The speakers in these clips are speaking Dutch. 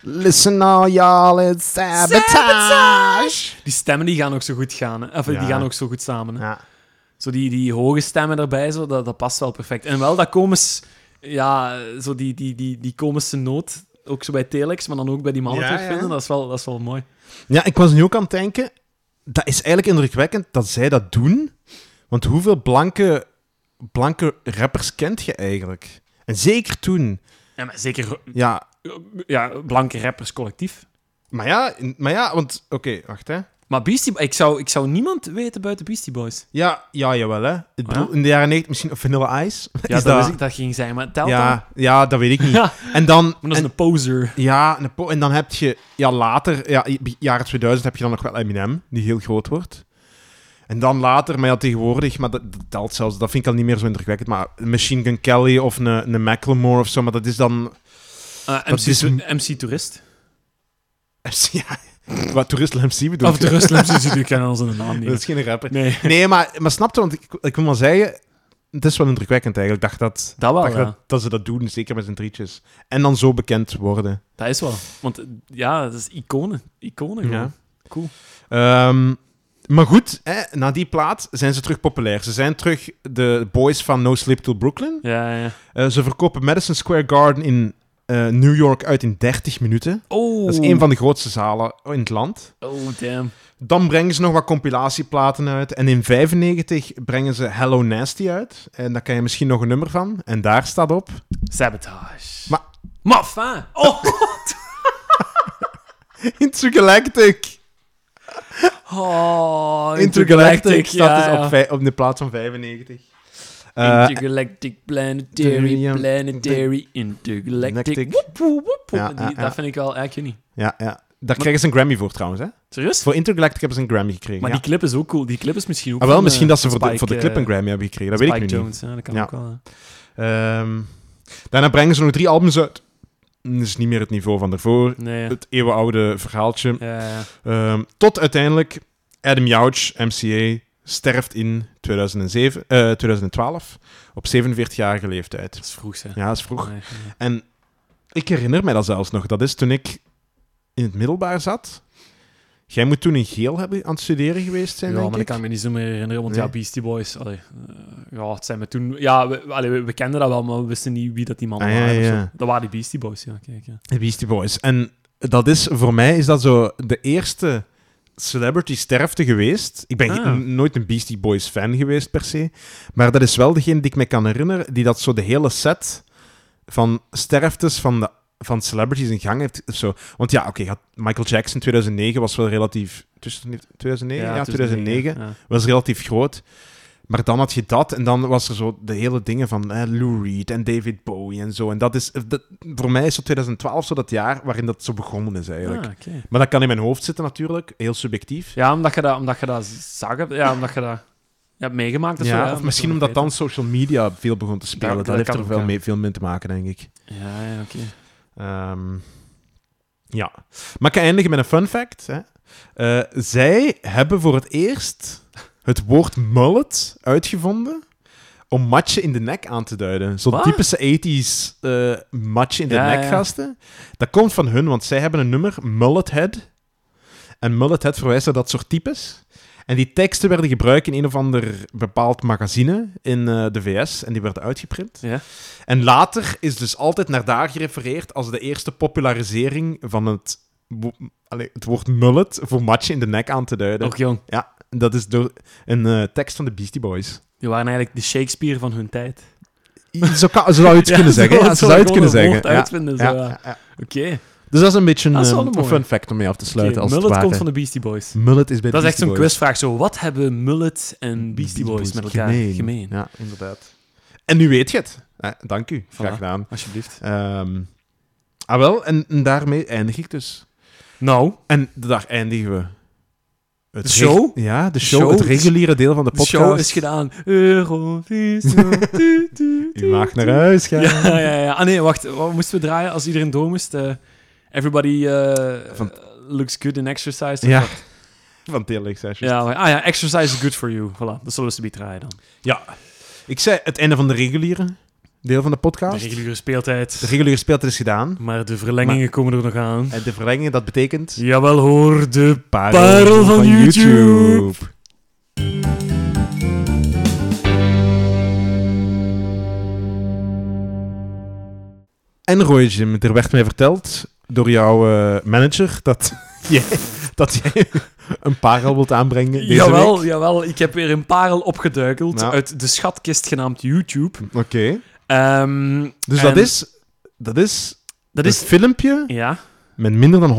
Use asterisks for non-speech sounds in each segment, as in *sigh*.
Listen all y'all, it's sabotage. Sabotage! Die stemmen die gaan ook zo goed gaan. hè. Of eh, Ja. die gaan ook zo goed samen. hè. Ja. Zo die, die hoge stemmen erbij, zo, dat, dat past wel perfect. En wel dat komisch... Ja, zo die, die, die, die komische noot. Ook zo bij Telex, maar dan ook bij die mannen Ja, terugvinden. ja. Dat, is wel, dat is wel mooi. ja, ik was nu ook aan het denken, dat is eigenlijk indrukwekkend dat zij dat doen. Want hoeveel blanke, blanke rappers kent je eigenlijk? En zeker toen. Ja, maar zeker Ja, ja, blanke rappers collectief. maar ja, maar ja want... Oké, wacht hè. Maar Beastie ik zou, ik zou niemand weten buiten Beastie Boys. Ja, ja, jawel hè. Ik bedoel, Ja? in de jaren 90 misschien Vanilla Ice. Ja, Is dat, wist ik dat ging zijn, maar telt dan. Ja, ja, dat weet ik niet. Ja, En dan... maar dat is en- een poser. Ja, een po- en dan heb je ja, later, ja, i- jaren 2000, heb je dan nog wel Eminem, die heel groot wordt. En dan later, maar ja, tegenwoordig, maar dat, dat telt zelfs, dat vind ik al niet meer zo indrukwekkend, maar een Machine Gun Kelly of een, een Macklemore of zo, maar dat is dan... *laughs* Eh, Dat MC, is to- een- MC Toerist. Ja, wat Toerist MC bedoelt. Of Toerist, MC Toerist, kennen onze naam Dat is niet. geen rapper. Nee, Nee, maar, maar snap je, want ik, ik wil maar zeggen, het is wel indrukwekkend eigenlijk, dacht dat... dat wel, dacht Oh, ja. dat, dat ze dat doen, zeker met zijn drietjes. En dan zo bekend worden. Dat is wel. Want eh, ja, dat is iconen. Iconen gewoon. Ja. Cool. Ehm, maar goed, hè, na die plaat zijn ze terug populair. Ze zijn terug de boys van No Sleep Till Brooklyn. Ja, ja. Eh, ze verkopen Madison Square Garden in eh, New York uit in 30 minuten. Oh. Dat is een van de grootste zalen in het land. Oh, damn. Dan brengen ze nog wat compilatieplaten uit. En in 95 brengen ze Hello Nasty uit. En daar kan je misschien nog een nummer van. En daar staat op. *laughs* Sabotage. Maar- Maar enfin. Oh. Intergalactic! oh Intergalactic staat ja, dus ja. Uh, op, vij- op de plaats van 95. Eh, Intergalactic, planetary, Intergalactic- planetary, intergalactic. Galactic. Woep, woep, woep, woep. Ja, Die- ja, ja. Dat vind ik wel eigenlijk niet. ja, ja. Daar krijgen ze een Grammy voor trouwens, hè? Serieus? Voor Intergalactic hebben ze een Grammy gekregen. Maar ja. die clip is ook cool. Die clip is misschien ook ah, wel, van, misschien eh, dat ze voor, de, Spike, voor de clip een eh, Grammy hebben gekregen. Dat weet ik Spike nu niet. Jones, hè, dat kan Ja. ook wel. hè. Ehm, daarna brengen ze nog drie albums uit. Hmm, Dat is niet meer het niveau van daarvoor. Nee. ja. Het eeuwenoude verhaaltje. Ja, ja. Ehm, tot uiteindelijk Adam Jouch, MCA, sterft in 2007, eh, 2012 op 47-jarige leeftijd. Dat is vroeg, hè. Ja, dat is vroeg. Nee, nee. En ik herinner mij dat zelfs nog. Dat is toen ik in het middelbaar zat. Jij moet toen in geel hebben aan het studeren geweest zijn, Ja, denk maar dat ik. kan ik me niet zo meer herinneren, want Nee. ja, Beastie Boys, allee, eh, ja, het zijn we toen... Ja, we, allee, we, we kenden dat wel, maar we wisten niet wie dat die mannen Ah, ja, waren. of ja. zo. Dat waren die Beastie Boys, ja, kijk. Ja. De Beastie Boys. En dat is, voor mij is dat zo de eerste celebrity sterfte geweest. Ik ben Ah. geen- nooit een Beastie Boys fan geweest per se. Maar dat is wel degene die ik me kan herinneren, die dat zo de hele set van sterftes van, de, van celebrities in gang heeft. of Zo. Want ja, oké, had- Michael Jackson 2009 was wel relatief... Tussen 2009? Ja, 2009 ja. was relatief groot. Maar dan had je dat en dan was er zo de hele dingen van hè, Lou Reed en David Bowie en zo. En dat is, dat, voor mij is zo 2012 zo dat jaar waarin dat zo begonnen is eigenlijk. Ah, oké. Maar dat kan in mijn hoofd zitten natuurlijk, heel subjectief. Ja, omdat je dat, omdat je dat zag hebt. Ja, omdat je dat je hebt meegemaakt. Ja, of zo, of misschien omdat dan social media veel begon te spelen. dat dat heeft kan er ook, veel, ja. mee, veel mee te maken, denk ik. Ja, ja, oké. Ehm, ja. Maar ik ga eindigen met een fun fact. Hè. Eh, zij hebben voor het eerst het woord mullet uitgevonden om matje in de nek aan te duiden. Zo'n Wat? typische 80s eh matje in de Ja, nek ja. gasten. Dat komt van hun, want zij hebben een nummer, Mullet Head. En Mullet Head verwijst naar dat soort types. En die teksten werden gebruikt in een of ander bepaald magazine in eh, de VS. En die werden uitgeprint. Ja. En later is dus altijd naar daar gerefereerd als de eerste popularisering van het, wo- allee, het woord mullet voor matje in de nek aan te duiden. Och, jong. Ja, dat is door een eh, tekst van de Beastie Boys. Die waren eigenlijk de Shakespeare van hun tijd. Zo, kan, zo zou je het *laughs* Ja, kunnen zeggen. zo- Ja, zo zo zou je het kunnen gewoon een zeggen. woord uitvinden, zo, ja. ja. Oké. Dus dat is een beetje een, Dat is wel eh, een een mooie. fun fact om mee af te Oké, sluiten. als het Mullet ware. komt van de Beastie Boys. Mullet is bij de Dat is echt Beastie zo'n Boys. quizvraag. Zo, wat hebben Mullet en Beastie Boys met elkaar gemeen? Ja, inderdaad. En nu weet je het. Eh, dank u. Graag Voilà. gedaan. Alsjeblieft. Ehm, ah wel, en, en daarmee eindig ik dus. Nou, En daar eindigen we. Het De show? reg- Ja, de show, show? Het reguliere deel van de de podcast. show is gedaan. *laughs* Eurovision. Tu, tu, U tu, mag naar tu. huis gaan. Ja, ja, ja. Ah nee, wacht. Wat moesten we draaien als iedereen door moest? Eh, everybody eh, Van- looks good in exercise. Ja. Van Telex Sessions. Ja, maar- ah ja, exercise is good for you. Voilà, dat zullen we ze draaien dan. Ja. Ik zei het einde van de reguliere. deel van de De podcast. reguliere speeltijd. De reguliere speeltijd is gedaan. Maar de verlengingen komen er nog aan. En de verlenging, dat betekent... Jawel hoor, de... Parel, Parel van YouTube. En Roy Jim, er werd mij verteld door jouw eh, manager dat *laughs* jij, dat jij een parel wilt aanbrengen deze Jawel, week. Nou. jawel, ik heb weer een parel opgeduikeld Ja. uit de schatkist genaamd YouTube. Oké. Ehm, Dus en dat is, dus- dat is Dat een is... filmpje Ja. met minder dan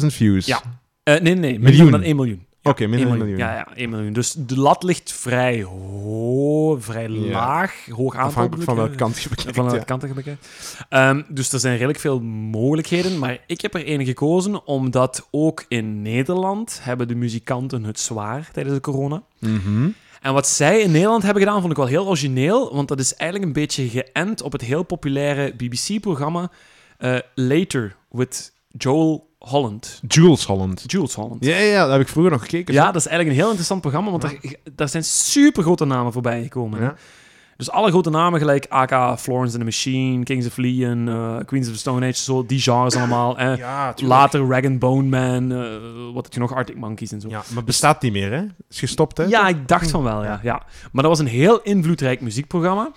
100.000 views. Ja. Eh, nee, nee, miljoen. Miljoen. dan 1 miljoen. Oké, minder 1 dan miljoen. een miljoen. Ja, ja, 1 miljoen. Dus de lat ligt vrij hoog, vrij Ja. laag, hoog aantal. Afhankelijk van bedoel ik, welke kant je bekijkt. eh, Van welke ja. kant dat je bekijkt. Ehm, dus er zijn redelijk veel mogelijkheden, maar ik heb er een gekozen omdat ook in Nederland hebben de muzikanten het zwaar tijdens de corona. Mhm. En wat zij in Nederland hebben gedaan, vond ik wel heel origineel, want dat is eigenlijk een beetje geënt op het heel populaire BBC-programma eh, Later with Joel Holland. Jules Holland. Jules Holland. Ja, ja, ja, dat heb ik vroeger nog gekeken. Ja, dat is eigenlijk een heel interessant programma, want daar, daar zijn super grote namen voorbij gekomen. Ja. Dus alle grote namen, gelijk AK, Florence and the Machine, Kings of Leon, eh, Queens of the Stone Age, zo, die *coughs* genres allemaal. Eh. *laughs* Ja, tuurlijk. Later Rag and Bone Man, eh, wat heb je nog, Arctic Monkeys en zo. Ja, maar bestaat niet meer, hè? Is gestopt, hè? Ja, ik dacht van wel, ja. ja. Maar dat was een heel invloedrijk muziekprogramma.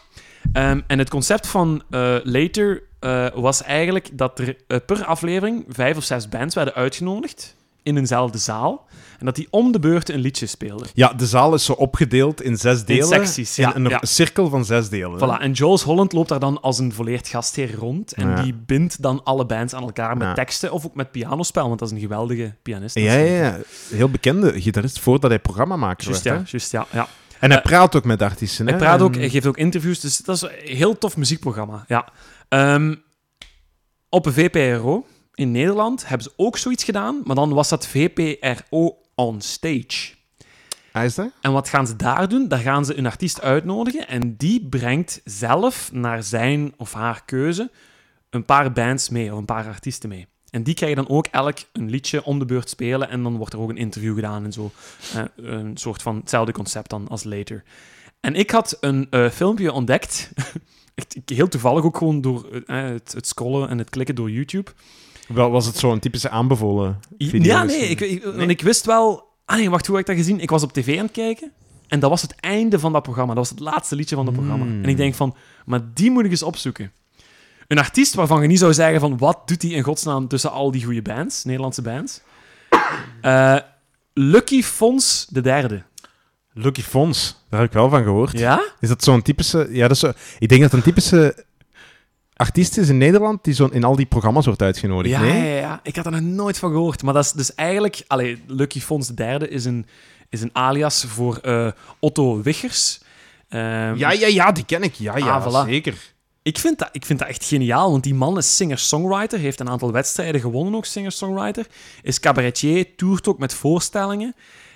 Ehm, en het concept van eh, Later eh, was eigenlijk dat er eh, per aflevering vijf of zes bands werden uitgenodigd in eenzelfde zaal. En dat die om de beurt een liedje speelden. Ja, de zaal is zo opgedeeld in zes delen. secties, ja, In een ja. cirkel van zes delen. hè? Voilà, en Jules Holland loopt daar dan als een volleerd gastheer rond. En Ja. die bindt dan alle bands aan elkaar met Ja. teksten of ook met pianospel, want dat is een geweldige pianist. Ja, ja, ja. Heel bekende gitarist voordat hij programmamaker Juist, werd. ja, hè? juist, ja, ja. En hij Eh, praat ook met artiesten, hè? Hij praat ook, En- hij geeft ook interviews, dus dat is een heel tof muziekprogramma. Ja. Ehm, op een VPRO in Nederland hebben ze ook zoiets gedaan, maar dan was dat VPRO on stage. Hij is daar? En wat gaan ze daar doen? Daar gaan ze een artiest uitnodigen en die brengt zelf naar zijn of haar keuze een paar bands mee of een paar artiesten mee. En die krijgen dan ook elk een liedje om de beurt spelen en dan wordt er ook een interview gedaan en zo. Eh, een soort van hetzelfde concept dan als later. En ik had een eh, filmpje ontdekt, *laughs* echt heel toevallig ook gewoon door eh, het, het scrollen en het klikken door YouTube. Wel, was het zo'n typische aanbevolen video? Ja, nee, misschien? ik, ik- want Nee. ik wist wel... Ah nee, wacht, hoe heb ik dat gezien? Ik was op tv aan het kijken en dat was het einde van dat programma. Dat was het laatste liedje van dat programma. Hmm. En ik denk van, maar die moet ik eens opzoeken. Een artiest waarvan je niet zou zeggen van, wat doet hij in godsnaam tussen al die goede bands, Nederlandse bands? Eh, Lucky Fons de derde. Lucky Fons, daar heb ik wel van gehoord. Ja? Is dat zo'n typische... Ja, dat is zo... Ik denk dat het een typische artiest is in Nederland die zo in al die programma's wordt uitgenodigd, Ja, nee? ja, ja. ik had er nog nooit van gehoord. Maar dat is dus eigenlijk... Allee, Lucky Fons de derde is een, is een alias voor eh, Otto Wiggers. Ehm, Ja, ja, ja, die ken ik. Ja, ja, Ah, voilà. zeker. Ik vind, dat, ik vind dat echt geniaal, want die man is singer-songwriter, heeft een aantal wedstrijden gewonnen ook, singer-songwriter, is cabaretier, toert ook met voorstellingen.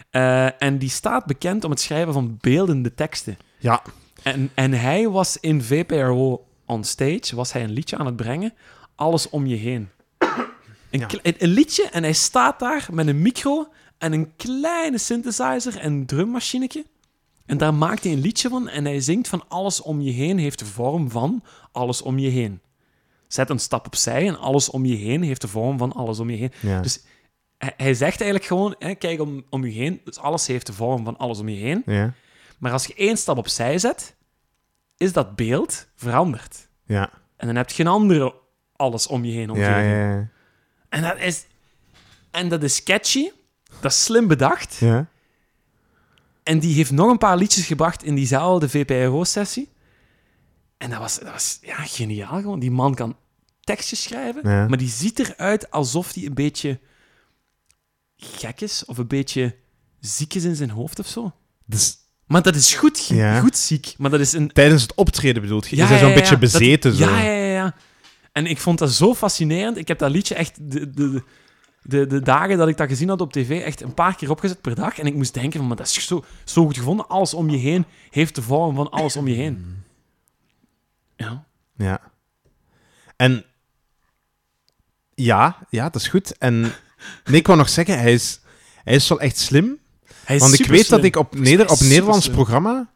eh, en die staat bekend om het schrijven van beeldende teksten. Ja, En, en hij was in VPRO on stage, was hij een liedje aan het brengen, Alles om je heen. Een, Ja. kle- een, een liedje en hij staat daar met een micro en een kleine synthesizer en drummachineke. En daar maakt hij een liedje van en hij zingt van alles om je heen heeft de vorm van alles om je heen. Zet een stap opzij en alles om je heen heeft de vorm van alles om je heen. Ja. Dus hij, hij zegt eigenlijk gewoon, hè, kijk om, om je heen, dus alles heeft de vorm van alles om je heen. ja, Maar als je één stap opzij zet, is dat beeld veranderd. ja. En dan heb je een andere alles om je heen omgeving. Ja, ja, ja. En, dat is, en dat is catchy, dat is slim bedacht. ja. En die heeft nog een paar liedjes gebracht in diezelfde VPRO-sessie. En dat was, dat was ja, geniaal gewoon. Die man kan tekstjes schrijven, Ja. maar die ziet eruit alsof hij een beetje gek is of een beetje ziek is in zijn hoofd of zo. Dus Maar dat is goed, ge- Ja. goed ziek. Maar dat is een, tijdens het optreden bedoelt je? je bent zo'n beetje ja. bezeten. Dat- zo. Ja, ja, ja, ja. En ik vond dat zo fascinerend. Ik heb dat liedje echt de, de, de, de dagen dat ik dat gezien had op tv echt een paar keer opgezet per dag. En ik moest denken van, maar dat is zo, zo goed gevonden. Alles om je heen heeft de vorm van alles om je heen. Ja. Ja. En ja, ja, dat is goed. *laughs* En nee, ik wou nog zeggen, hij is, hij is wel echt slim. Hij is Want ik weet superslim. dat ik op, Neder op een Superslim. Nederlands programma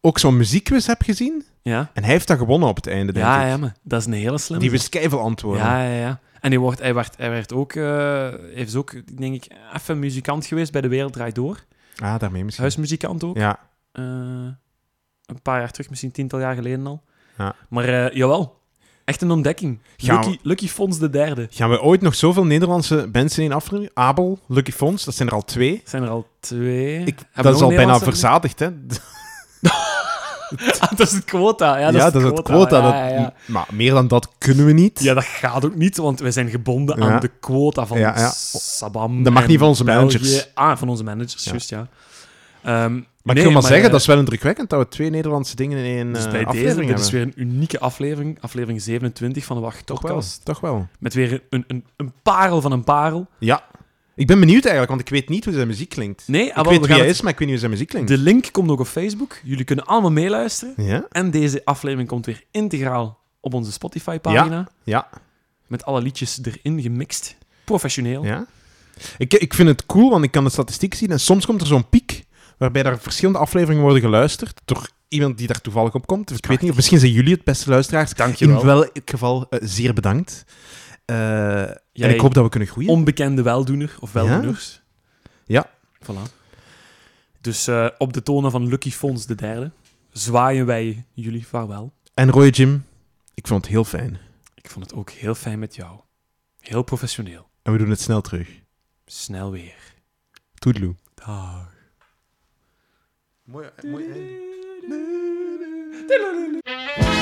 ook zo'n muziekquiz heb gezien. Ja, En hij heeft dat gewonnen op het einde, denk ja, ik. ja maar dat is een hele slimme. Die wist keiveel antwoorden. Ja, ja, ja. En hij, wordt, hij, werd, hij werd ook, eh heeft ook, denk ik, even muzikant geweest bij De Wereld Draait Door. Ah, daarmee misschien. Huismuzikant ook. Ja. Eh, een paar jaar terug, misschien tiental jaar geleden al. Ja. Maar eh, jawel, echt een ontdekking. Gaan Lucky, Lucky Fons de derde. Gaan we ooit nog zoveel Nederlandse mensen in afleveren? Abel, Lucky Fons, dat zijn er al twee. Zijn er al twee? Ik, Hebben we dat is nog al een bijna Nederlandse- verzadigd, hè? Ah, *laughs* dat is het quota. Ja, dat, is, het het quota. quota. Ja, dat- ja, ja. Maar meer dan dat kunnen we niet. Ja, dat gaat ook niet, want we zijn gebonden Ja. aan de quota van Ja, ja. Sabam. Dat mag en niet van onze België. managers. Ah, van onze managers, Ja. juist, ja. Ehm, maar nee, ik wil maar, zeggen, eh, dat is wel indrukwekkend dat we twee Nederlandse dingen in één dus eh, bij aflevering deze, dit is hebben. weer een unieke aflevering, aflevering 27 van de Wacht Toch wel, Podcast. toch wel. Met weer een, een, een parel van een parel. Ja. Ik ben benieuwd eigenlijk, want ik weet niet hoe zijn muziek klinkt. Nee, ah, ik wel, weet we wie gaan hij het- is, maar ik weet niet hoe zijn muziek klinkt. De link komt ook op Facebook. Jullie kunnen allemaal meeluisteren. Ja? En deze aflevering komt weer integraal op onze Spotify-pagina. Ja. Met alle liedjes erin gemixt. Professioneel. Ja. Ik, ik vind het cool, want ik kan de statistiek zien. En soms komt er zo'n piek waarbij er verschillende afleveringen worden geluisterd door iemand die daar toevallig op komt. Dus ik weet niet, of misschien zijn jullie het beste luisteraars. Dank je In wel. welk geval eh, zeer bedankt. Eh, en Jij- ik hoop dat we kunnen groeien. onbekende weldoener of weldoeners. Ja. Voilà. Dus eh, op de tonen van Lucky Fons de derde zwaaien wij jullie vaarwel. En Roy Jim, ik vond het heel fijn. Ik vond het ook heel fijn met jou. Heel professioneel. En we doen het snel terug. Snel weer. Toedeloe. Dag. Mooi, mooi Doei.